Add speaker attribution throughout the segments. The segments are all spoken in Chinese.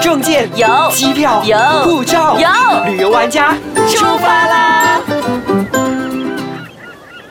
Speaker 1: 证件
Speaker 2: 有
Speaker 1: 机票
Speaker 2: 有
Speaker 1: 护照
Speaker 2: 有
Speaker 1: 旅游玩家
Speaker 2: 出发啦！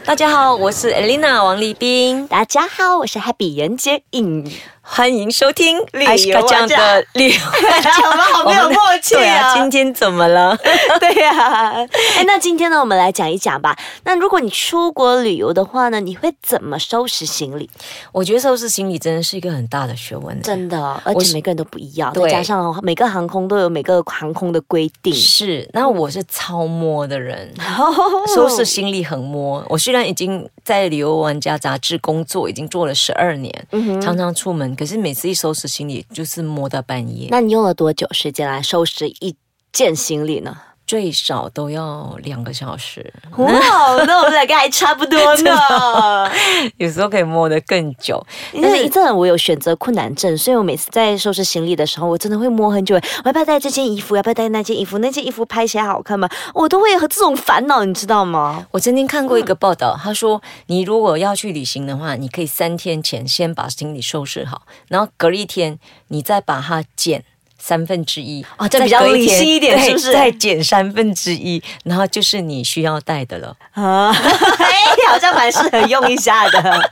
Speaker 2: 大家好，我是 Elena 王立斌，
Speaker 3: 大家好，我是 Happy 袁洁颖。
Speaker 2: 欢迎收听
Speaker 3: 游玩家
Speaker 2: 哎这样的旅 游玩家
Speaker 3: 我们好没有
Speaker 2: 我们
Speaker 3: 默契啊
Speaker 2: 对啊，今天怎么了？
Speaker 3: 对呀、哎，那今天呢，我们来讲一讲吧。那如果你出国旅游的话呢，你会怎么收拾行李？
Speaker 2: 我觉得收拾行李真的是一个很大的学问，
Speaker 3: 真的，而
Speaker 2: 我
Speaker 3: 且
Speaker 2: 是
Speaker 3: 每个人都不一样，
Speaker 2: 对
Speaker 3: 再加上每个航空都有每个航空的规定。
Speaker 2: 是。那我是超摸的人，
Speaker 3: 哦
Speaker 2: 收拾行李很摸。我虽然已经在旅游玩家杂志工作，已经做了十二年，
Speaker 3: 嗯
Speaker 2: 常常出门，可是每次一收拾行李就是摸到半夜，
Speaker 3: 那你用了多久时间来收拾一件行李呢？
Speaker 2: 最少都要两个小时。
Speaker 3: 哇，那我们两个还差不 多呢。
Speaker 2: 有时候可以摸得更久，
Speaker 3: 因
Speaker 2: 但
Speaker 3: 为
Speaker 2: 是
Speaker 3: 真的我有选择困难症，所以我每次在收拾行李的时候，我真的会摸很久，我要不要带这件衣服，要不要带那件衣服，那件衣服拍起来好看吗？我都会有这种烦恼，你知道吗？
Speaker 2: 我曾经看
Speaker 3: 嗯
Speaker 2: 过一个报道，他说你如果要去旅行的话，你可以三天前先把行李收拾好，然后隔一天你再把它减。三分之一
Speaker 3: 哦这
Speaker 2: 再
Speaker 3: 比较
Speaker 2: 隔一天
Speaker 3: 理性一点
Speaker 2: 对
Speaker 3: 是不是
Speaker 2: 再减三分之一，然后就是你需要带的了。
Speaker 3: 啊，哎，好像蛮适合用一下的。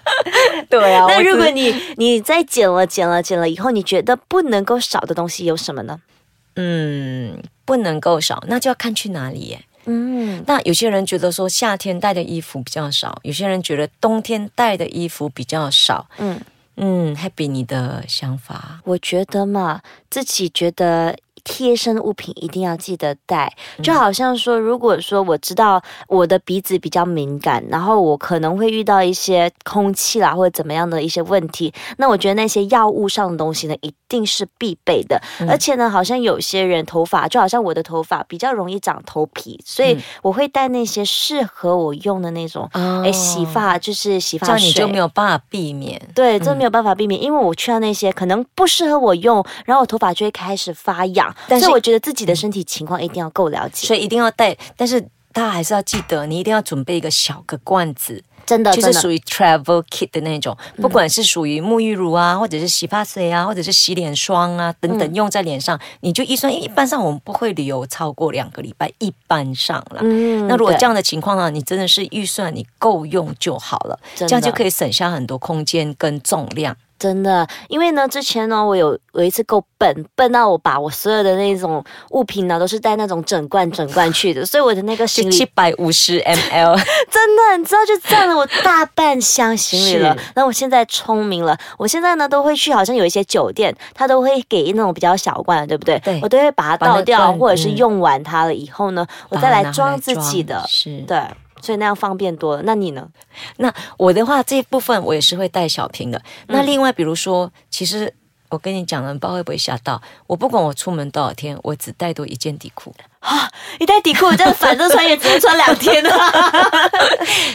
Speaker 2: 对啊
Speaker 3: 那
Speaker 2: 那
Speaker 3: 如
Speaker 2: 如
Speaker 3: 果
Speaker 2: 果
Speaker 3: 你你再减了减了减了以后，你觉得不能够少的东西有什么呢？
Speaker 2: 嗯不能够少，那就要看去哪里耶。
Speaker 3: 嗯，
Speaker 2: 那有些人觉得说夏天带的衣服比较少，有些人觉得冬天带的衣服比较少。
Speaker 3: 嗯
Speaker 2: 嗯嗯，Happy 你的想法。
Speaker 3: 我觉得嘛，自己觉得。贴身物品一定要记得带，
Speaker 2: 嗯
Speaker 3: 就好像说，如果说我知道我的鼻子比较敏感，然后我可能会遇到一些空气啦或者怎么样的一些问题，那我觉得那些药物上的东西呢，一定是必备的。
Speaker 2: 嗯
Speaker 3: 而且呢，好像有些人头发，就好像我的头发比较容易长头皮，所
Speaker 2: 嗯
Speaker 3: 以我会带那些适合我用的那种，
Speaker 2: 哦
Speaker 3: 哎、洗发就是洗
Speaker 2: 这
Speaker 3: 发
Speaker 2: 样
Speaker 3: 水，
Speaker 2: 你就没有办法避免。
Speaker 3: 对，
Speaker 2: 嗯
Speaker 3: 这没有办法避免，因为我去到那些可能不适合我用，然后我头发就会开始发痒。
Speaker 2: 但是嗯
Speaker 3: 所以我觉得自己的身体情况一定要够了解，
Speaker 2: 所以一定要带，但是大家还是要记得，你一定要准备一个小个罐子，
Speaker 3: 真的，
Speaker 2: 就
Speaker 3: 真
Speaker 2: 是
Speaker 3: 的。嗯
Speaker 2: 属于 travel kit 的那种，不管是属于沐浴乳啊，或者是洗发水啊，或者是洗脸霜啊等
Speaker 3: 嗯
Speaker 2: 等，用在脸上，你就预算，因为一般上我们不会旅游超过两个礼拜，一般上啦。
Speaker 3: 嗯
Speaker 2: 那如果
Speaker 3: 对
Speaker 2: 这样的情况呢，啊你真的是预算你够用就好了，
Speaker 3: 真的
Speaker 2: 这样就可以省下很多空间跟重量。
Speaker 3: 真的，因为呢，之前呢，我有有一次够笨，笨到我把我所有的那种物品呢，都是带那种整罐整罐去的，所以我的那个
Speaker 2: 就
Speaker 3: 行李
Speaker 2: 七百五十 ml，
Speaker 3: 真的，你知道就占了我大半箱行李了
Speaker 2: 是。
Speaker 3: 那我现在聪明了，我现在呢都会去，好像有一些酒店，它都会给那种比较小罐的，对不对？
Speaker 2: 对
Speaker 3: 我都会把它
Speaker 2: 把那
Speaker 3: 倒掉，
Speaker 2: 罐
Speaker 3: 或者是
Speaker 2: 嗯
Speaker 3: 用完它了以后呢， 我
Speaker 2: 把
Speaker 3: 再
Speaker 2: 它拿
Speaker 3: 来
Speaker 2: 来
Speaker 3: 装自己
Speaker 2: 装
Speaker 3: 的。
Speaker 2: 是
Speaker 3: 对，所以那样方便多了。那你呢？
Speaker 2: 那我的话，这部分我也是会带小瓶的。那另外，比如说，其实我跟你讲了，你不知道会不会吓到。我不管我出门多少天，我只带多一件底裤，
Speaker 3: 你带底裤，我这样反正穿也只能穿两天啊。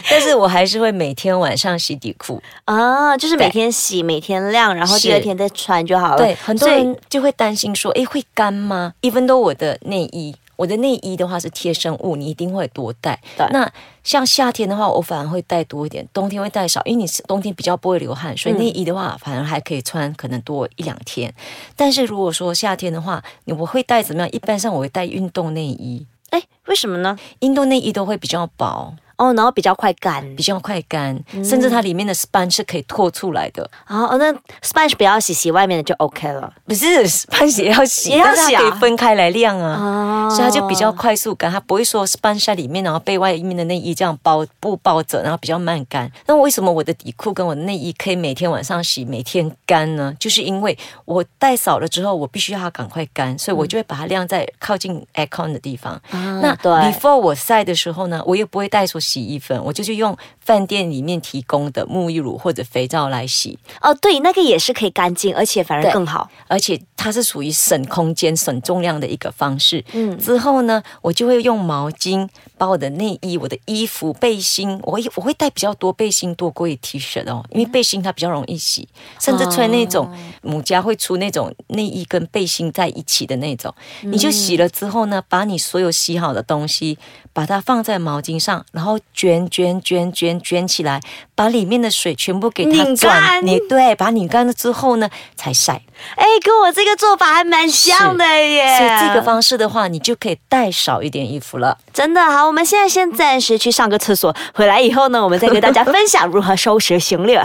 Speaker 2: 但是我还是会每天晚上洗底裤。
Speaker 3: 啊，就是每
Speaker 2: 对
Speaker 3: 天洗，每天晾，然后第
Speaker 2: 是
Speaker 3: 二天再穿就好了。
Speaker 2: 对，很多
Speaker 3: 所以
Speaker 2: 人就会担心说，诶，会干吗？一分都我的内衣。我的内衣的话是贴身物，你一定会多带
Speaker 3: 对。
Speaker 2: 那像夏天的话，我反而会带多一点，冬天会带少，因为你是冬天比较不会流汗，所以
Speaker 3: 嗯
Speaker 2: 内衣的话反而还可以穿，可能多一两天。但是如果说夏天的话，你我会带怎么样？一般上我会带运动内衣，
Speaker 3: 哎，为什么呢？
Speaker 2: 运动内衣都会比较薄，
Speaker 3: 哦，然后比较快干。
Speaker 2: 比较快干，
Speaker 3: 嗯
Speaker 2: 甚至它里面的 span 是可以脱出来的。
Speaker 3: 啊哦，那 sponge 不要洗，洗外面的就 OK 了。
Speaker 2: 不是 span 也要洗，
Speaker 3: 也要
Speaker 2: 但是
Speaker 3: 洗
Speaker 2: 它
Speaker 3: 啊
Speaker 2: 可以分开来晾啊。
Speaker 3: 哦
Speaker 2: 所以它就比较快速干，它不会说是半晒里面，然后被外面的内衣这样包布包着，然后比较慢干。那为什么我的底裤跟我的内衣可以每天晚上洗，每天干 呢？就是因为我带少了之后，我必须要它赶快干，所以我就会把它晾在靠近 aircon 的地方。那
Speaker 3: 啊对
Speaker 2: before 我晒的时候呢，我又不会带说洗衣粉，我就去用饭店里面提供的沐浴乳或者肥皂来洗，
Speaker 3: 哦，对，那个也是可以干净，而且反而
Speaker 2: 对
Speaker 3: 更好。
Speaker 2: 而且它是属于省空间、省重量的一个方式。嗯，之后呢，我就会用毛巾把我的内衣、我的衣服、背心，我会我会带比较多背心多过于 T 恤哦，
Speaker 3: 嗯
Speaker 2: 因为背心它比较容易洗，甚至穿那
Speaker 3: 哦
Speaker 2: 种、母家会出那种内衣跟背心在一起的那种，
Speaker 3: 嗯
Speaker 2: 你就洗了之后呢，把你所有洗好的东西把它放在毛巾上，然后卷卷卷卷卷起来，把里面的水全部给它
Speaker 3: 拧
Speaker 2: 转，
Speaker 3: 干
Speaker 2: 你对，把它拧干了之后呢，才晒。
Speaker 3: 哎，跟我这个做法还蛮像的耶。
Speaker 2: 所以这个方式的话，你就可以带少一点衣服了。
Speaker 3: 真的好，我们现在先暂时去上个厕所，回来以后呢，我们再跟大家分享如何收拾行 李。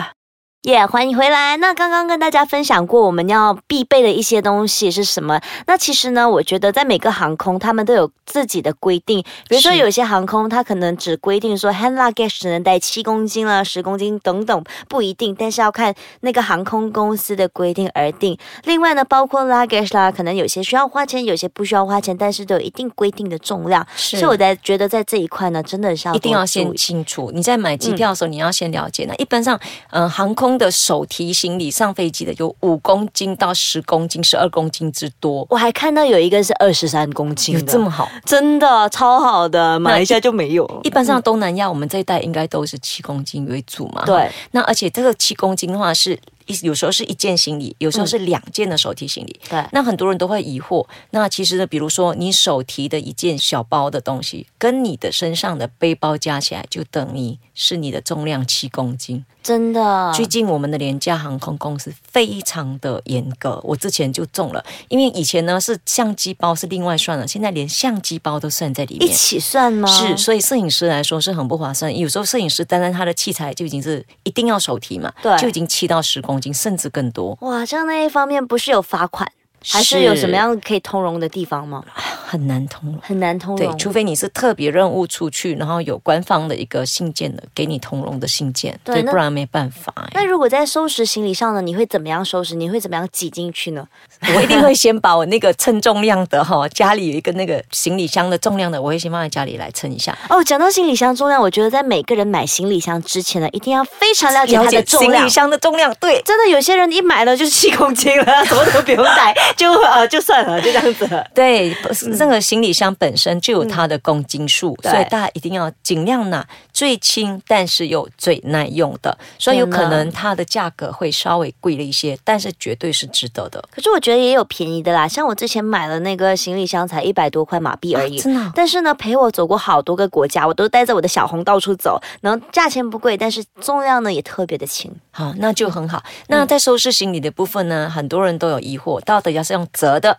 Speaker 3: 耶欢迎回来。那刚刚跟大家分享过我们要必备的一些东西是什么？那其实呢，我觉得在每个航空他们都有自己的规定，比如说
Speaker 2: 是
Speaker 3: 有些航空它可能只规定说 hand luggage 只能带七公斤啦、十公斤等等，不一定，但是要看那个航空公司的规定而定。另外呢，包括 luggage 啦，可能有些需要花钱，有些不需要花钱，但是都有一定规定的重量。
Speaker 2: 是
Speaker 3: 所以我在觉得在这一块呢，真的是要
Speaker 2: 一定要
Speaker 3: 多
Speaker 2: 先
Speaker 3: 注意
Speaker 2: 清楚，你在买机票的时候，你要先了解。那一般上，嗯，航空的手提行李上飞机的有五公斤到十公斤、十二公斤之多，
Speaker 3: 我还看到有一个是二十三公斤
Speaker 2: 有
Speaker 3: 的，
Speaker 2: 这么好？
Speaker 3: 真的超好的，马来西亚就没有。
Speaker 2: 一般上东南亚我们这一带应该都是七公斤为主嘛。
Speaker 3: 对，
Speaker 2: 那而且这个七公斤的话是。一有时候是一件行李，有时候
Speaker 3: 嗯
Speaker 2: 是两件的手提行李。
Speaker 3: 对
Speaker 2: 那很多人都会疑惑。那其实呢，比如说你手提的一件小包的东西，跟你的身上的背包加起来，就等于是你的重量七公斤。
Speaker 3: 真的，
Speaker 2: 最近我们的廉价航空公司非常的严格，我之前就中了，因为以前呢是相机包是另外算了，现在连相机包都算在里
Speaker 3: 一
Speaker 2: 面。
Speaker 3: 起算吗？
Speaker 2: 是，所以摄影师来说是很不划算。有时候摄影师单单他的器材就已经是一定要手提嘛，
Speaker 3: 对
Speaker 2: 就已经七到十公斤，甚至更多，
Speaker 3: 哇，这样那一方面不是有罚款，还是有什么样可以通融的地方吗？
Speaker 2: 很难通融。
Speaker 3: 很难通
Speaker 2: 对，
Speaker 3: 融。
Speaker 2: 除非你是特别任务出去，然后有官方的一个信件的给你通融的信件，
Speaker 3: 对
Speaker 2: 对，
Speaker 3: 那
Speaker 2: 不然没办法、欸
Speaker 3: 那如果在收拾行李上呢，你会怎么样收拾？你会怎么样挤进去呢？
Speaker 2: 我一定会先把我那个称重量的哈，家里有一个那个行李箱的重量的，我会先放在家里来称一下。
Speaker 3: 哦，讲到行李箱重量，我觉得在每个人买行李箱之前呢，一定要非常了解它的重
Speaker 2: 行
Speaker 3: 量
Speaker 2: 李。箱的重量，对，
Speaker 3: 真的有些人一买了就七公斤了，什么都不用 带，就呃就算了，就这样子了。
Speaker 2: 对，不是那个行李箱本身就有它的公斤数，
Speaker 3: 嗯对
Speaker 2: 所以大家一定要尽量拿最轻，但是又最耐用的。所以有可能它的价格会稍微贵了一些，但是绝对是值得的。
Speaker 3: 可是我觉得也有便宜的啦，像我之前买了那个行李箱才一百多块马币而已。
Speaker 2: 真的哦
Speaker 3: 但是呢，陪我走过好多个国家，我都带着我的小红到处走，然后价钱不贵，但是重量呢也特别的 轻。
Speaker 2: 好，那就很好。那在收拾行李的部分呢，很多人都有疑惑，到底要是用折的，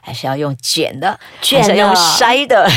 Speaker 2: 还是要用卷的，
Speaker 3: 卷的
Speaker 2: 还是要用筛的？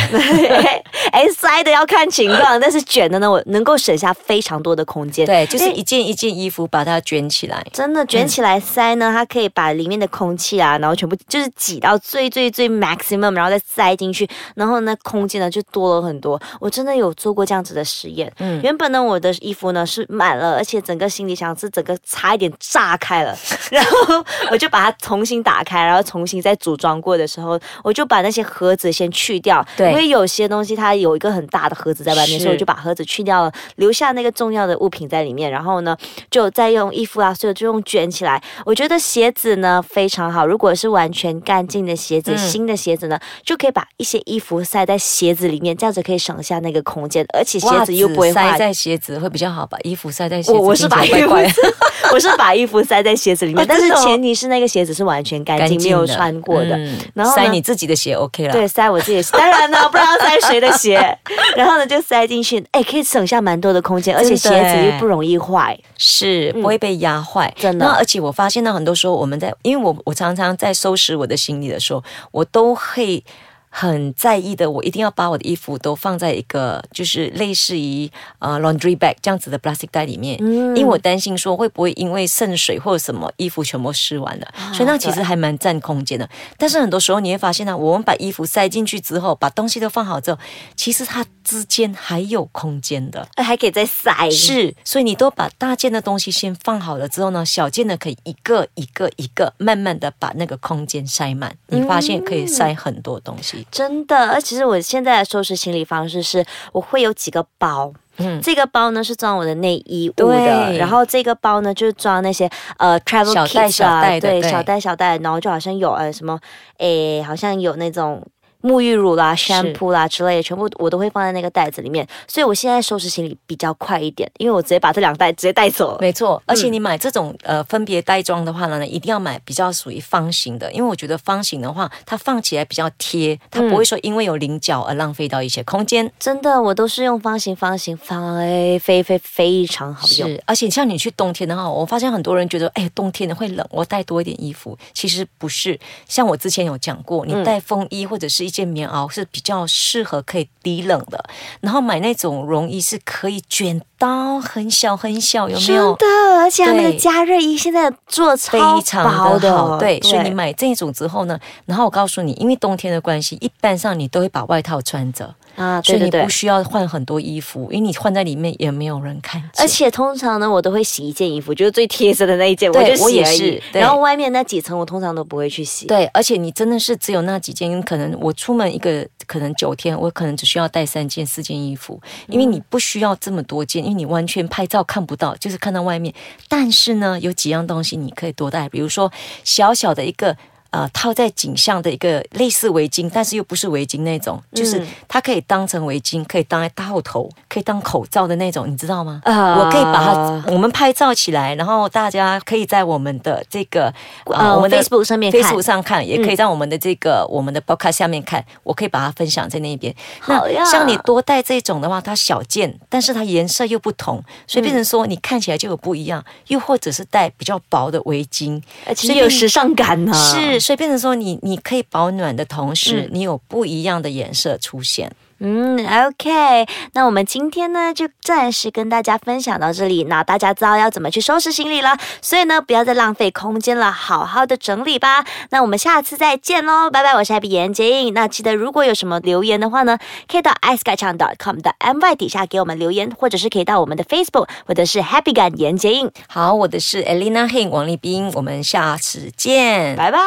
Speaker 3: 哎，塞的要看情况，但是卷的呢，我能够省下非常多的空间。
Speaker 2: 对，就是
Speaker 3: 哎
Speaker 2: 一件一件衣服把它卷起来。
Speaker 3: 真的
Speaker 2: 嗯
Speaker 3: 卷起来塞呢，它可以把里面的空气啊，然后全部就是挤到最最最 maximum，然后再塞进去，然后呢空间呢就多了很多。我真的有做过这样子的实验。嗯，原本呢我的衣服呢是满了，而且整个行李箱是整个差一点炸开 了，然后我就把它重新打开，然后重新再组装过的时候，我就把那些盒子先去掉，
Speaker 2: 对
Speaker 3: 因为有些东西它有一个很大的盒子在外面，
Speaker 2: 是
Speaker 3: 所以我就把盒子去掉了，留下那个重要的物品在里面，然后呢就再用衣服啊，所以就用卷起来。我觉得鞋子呢非常好，如果是完全干净的鞋子，
Speaker 2: 嗯
Speaker 3: 新的鞋子呢，就可以把一些衣服塞在鞋子里面，这样子可以省下那个空间，而且鞋子又不会
Speaker 2: 袜塞
Speaker 3: 坏。
Speaker 2: 在鞋子会比较好吧？衣服塞在鞋子，
Speaker 3: 我我是把
Speaker 2: 听
Speaker 3: 衣
Speaker 2: 起来
Speaker 3: 服
Speaker 2: 怪怪
Speaker 3: 我是把衣服塞在鞋子里 面，
Speaker 2: 哦
Speaker 3: 但是
Speaker 2: 真的哦
Speaker 3: 前提是那个鞋子是完全干净，
Speaker 2: 干净的
Speaker 3: 没有穿过的。啊
Speaker 2: 嗯
Speaker 3: 然后呢
Speaker 2: 塞你自己的鞋 OK 了。
Speaker 3: 对，塞我自己的鞋，当然 呢，不知道塞谁的鞋，然后呢就塞进去，哎，可以省下蛮多的空间，而且鞋
Speaker 2: 真的
Speaker 3: 子
Speaker 2: 哎
Speaker 3: 又不容易坏。
Speaker 2: 是不会被压坏，
Speaker 3: 嗯真的
Speaker 2: 那而且我发现到很多时候我们在，因为我我常常在收拾我的行李的时候，我都会。很在意的，我一定要把我的衣服都放在一个就是类似于呃 laundry bag 这样子的 plastic 袋里面，
Speaker 3: 嗯
Speaker 2: 因为我担心说会不会因为渗水或者什么衣服全部湿完了，
Speaker 3: 啊
Speaker 2: 所以那其实还蛮占空间的。但是很多时候你会发现呢、我们把衣服塞进去之后，把东西都放好之后，其实它之间还有空间的。
Speaker 3: 哎还可以再塞，
Speaker 2: 是，所以你都把大件的东西先放好了之后呢，小件的可以一个一个一个慢慢的把那个空间塞满，你发现可以塞很多东西。
Speaker 3: 真的，而其实我现在的收拾行李方式是，我会有几个包。嗯，这个包呢是装我的内衣物的，
Speaker 2: 对
Speaker 3: 然后这个包呢就是装那些呃 travel
Speaker 2: 小
Speaker 3: kits 啊，
Speaker 2: 袋小袋的
Speaker 3: 对，
Speaker 2: 对
Speaker 3: 小袋小袋，然后就好像有呃什么，诶，好像有那种沐浴乳啦、
Speaker 2: 是
Speaker 3: shampoo 啦之类的，全部我都会放在那个袋子里面。所以我现在收拾行李比较快一点，因为我直接把这两袋直接带走了。
Speaker 2: 没错，而且你买这种、呃分别袋装的话呢，一定要买比较属于方形的，因为我觉得方形的话，它放起来比较贴，它不会说因为有棱角而浪费到一些空间。
Speaker 3: 真的，我都是用方形、方形、方哎，非非非常好用。
Speaker 2: 是，而且像你去冬天的话，我发现很多人觉得，哎，冬天会冷，我带多一点衣服。其实不是，像我之前有讲过，
Speaker 3: 嗯
Speaker 2: 你带风衣或者是一件棉袄是比较适合可以抵冷的，然后买那种绒衣是可以卷到很小很小，有没
Speaker 3: 真
Speaker 2: 有？
Speaker 3: 的，而且他们的
Speaker 2: 对
Speaker 3: 加热衣现在做得
Speaker 2: 非
Speaker 3: 超
Speaker 2: 常
Speaker 3: 薄
Speaker 2: 的好，
Speaker 3: 的，
Speaker 2: 对，所以你买这种之后呢，然后我告诉你，因为冬天的关系，一般上你都会把外套穿着，
Speaker 3: 啊，
Speaker 2: 所
Speaker 3: 对
Speaker 2: 以
Speaker 3: 对
Speaker 2: 你
Speaker 3: 对
Speaker 2: 不。需要换很多衣服，因为你换在里面也没有人看见。
Speaker 3: 而且通常呢，我都会洗一件衣服，就是最贴身的那一件，我
Speaker 2: 对
Speaker 3: 就
Speaker 2: 我
Speaker 3: 洗
Speaker 2: 也
Speaker 3: 而已
Speaker 2: 是。对
Speaker 3: 然后外面那几层，我通常都不会去洗。
Speaker 2: 对，而且你真的是只有那几件，因为可能我出门一个可能九天，我可能只需要带三件、四件衣服，因为你不需要这么多件，因为你完全拍照看不到，就是看到外面。但是呢，有几样东西你可以多带，比如说小小的一个。呃，套在颈项的一个类似围巾，但是又不是围巾那种，就是
Speaker 3: 嗯
Speaker 2: 它可以当成围巾，可以当套头，可以当口罩的那种，你知道吗？
Speaker 3: 啊
Speaker 2: 我可以把它，呃我们拍照起来，然后大家可以在我们的这个
Speaker 3: 呃
Speaker 2: 我们的
Speaker 3: Facebook 上面看
Speaker 2: Facebook 上看，嗯也可以在我们的这个、我们的 Podcast 下面看，我可以把它分享在那边。
Speaker 3: 好呀
Speaker 2: 像你多带这种的话，它小件，但是它颜色又不同，所以变成说你看起来就有不一样。又或者是带比较薄的围巾，
Speaker 3: 而且
Speaker 2: 所以
Speaker 3: 有
Speaker 2: 变
Speaker 3: 时尚感呢、啊
Speaker 2: 是，，所以变成说你嗯你可以保暖的同时，你有不一样的颜色出现。
Speaker 3: 嗯，OK，那我们今天呢就暂时跟大家分享到这里，那大家知道要怎么去收拾行李了，所以呢不要再浪费空间了，好好的整理吧。那我们下次再见喽，拜拜，我是 Happy 严洁颖。那记得如果有什么留言的话呢，可以到 i c e c a c c o m 的 my 底下给我们留言，或者是可以到我们的 Facebook 或者是 Happy 感严洁颖，
Speaker 2: 好，我的是 Elena Heng 王立斌，我们下次见，
Speaker 3: 拜拜。